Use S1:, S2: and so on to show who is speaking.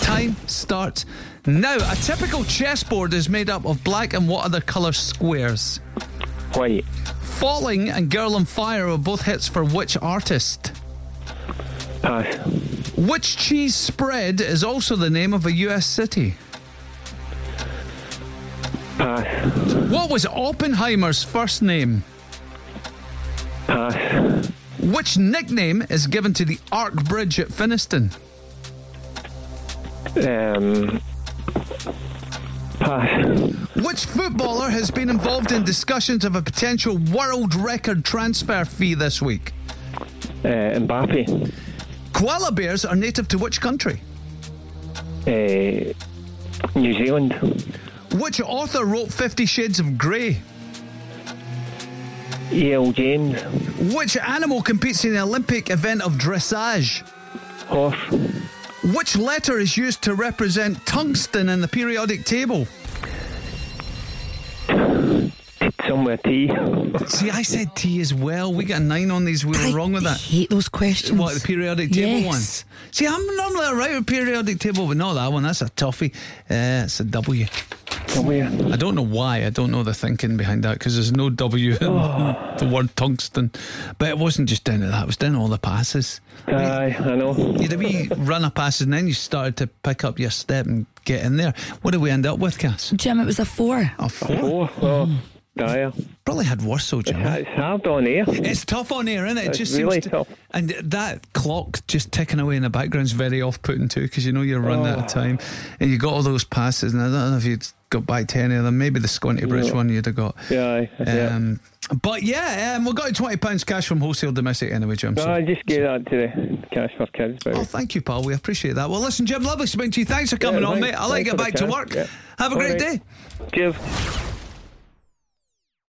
S1: Time starts now. A typical chessboard is made up of black and what other colour squares?
S2: White.
S1: Falling and Girl on Fire were both hits for which artist?
S2: Pass.
S1: Which cheese spread is also the name of a US city?
S2: Pass.
S1: What was Oppenheimer's first name?
S2: Pass.
S1: Which nickname is given to the Arc Bridge at Finiston?
S2: Um. Pass.
S1: Which footballer has been involved in discussions of a potential world record transfer fee this week?
S2: Uh, Mbappe.
S1: Koala bears are native to which country?
S2: Uh, New Zealand.
S1: Which author wrote Fifty Shades of Grey?
S2: E.L. James.
S1: Which animal competes in the Olympic event of dressage?
S2: Horse.
S1: Which letter is used to represent tungsten in the periodic table?
S2: Somewhere tea.
S1: See, I said T as well. We got a nine on these. We were wrong with
S3: I
S1: that.
S3: hate those questions.
S1: What, the periodic table
S3: Yes.
S1: one? See, I'm normally all right with periodic table, but not that one. That's a toughie. Uh, it's a W.
S2: Somewhere.
S1: I don't know why. I don't know the thinking behind that because there's no W in
S2: Oh.
S1: the word tungsten. But it wasn't just down to that, it was down to all the passes.
S2: Aye, I know.
S1: You had a wee run of passes and then you started to pick up your step and get in there. What did we end up with, Cass?
S3: Jim, it was a four.
S1: A four.
S2: Oh, oh, dire.
S1: Probably had worse, so Jim.
S2: It's hard on air.
S1: It's tough on air, isn't it? It
S2: It's
S1: just
S2: really
S1: seems to,
S2: tough.
S1: And that clock just ticking away in the background's very off-putting too, because you know you're running
S2: Oh.
S1: out of time, and you got all those passes, and I don't know if you'd got back to any of them. Maybe the Sconty Bridge
S2: Yeah.
S1: one you'd have got.
S2: Yeah, aye, yeah.
S1: Um, But yeah, um, we got you twenty pounds cash from wholesale domestic anyway, Jim. so-
S2: No, I just gave that to the Cash for Kids. But
S1: Oh, thank you, pal. We appreciate that. Well, listen, Jim, lovely speaking to you. Thanks for coming on,
S2: thanks-
S1: mate. I'll let you
S2: thanks
S1: get
S2: for
S1: back
S2: the
S1: to
S2: chat.
S1: work.
S2: Yeah.
S1: Have a
S2: All
S1: great day.
S2: right. cheers.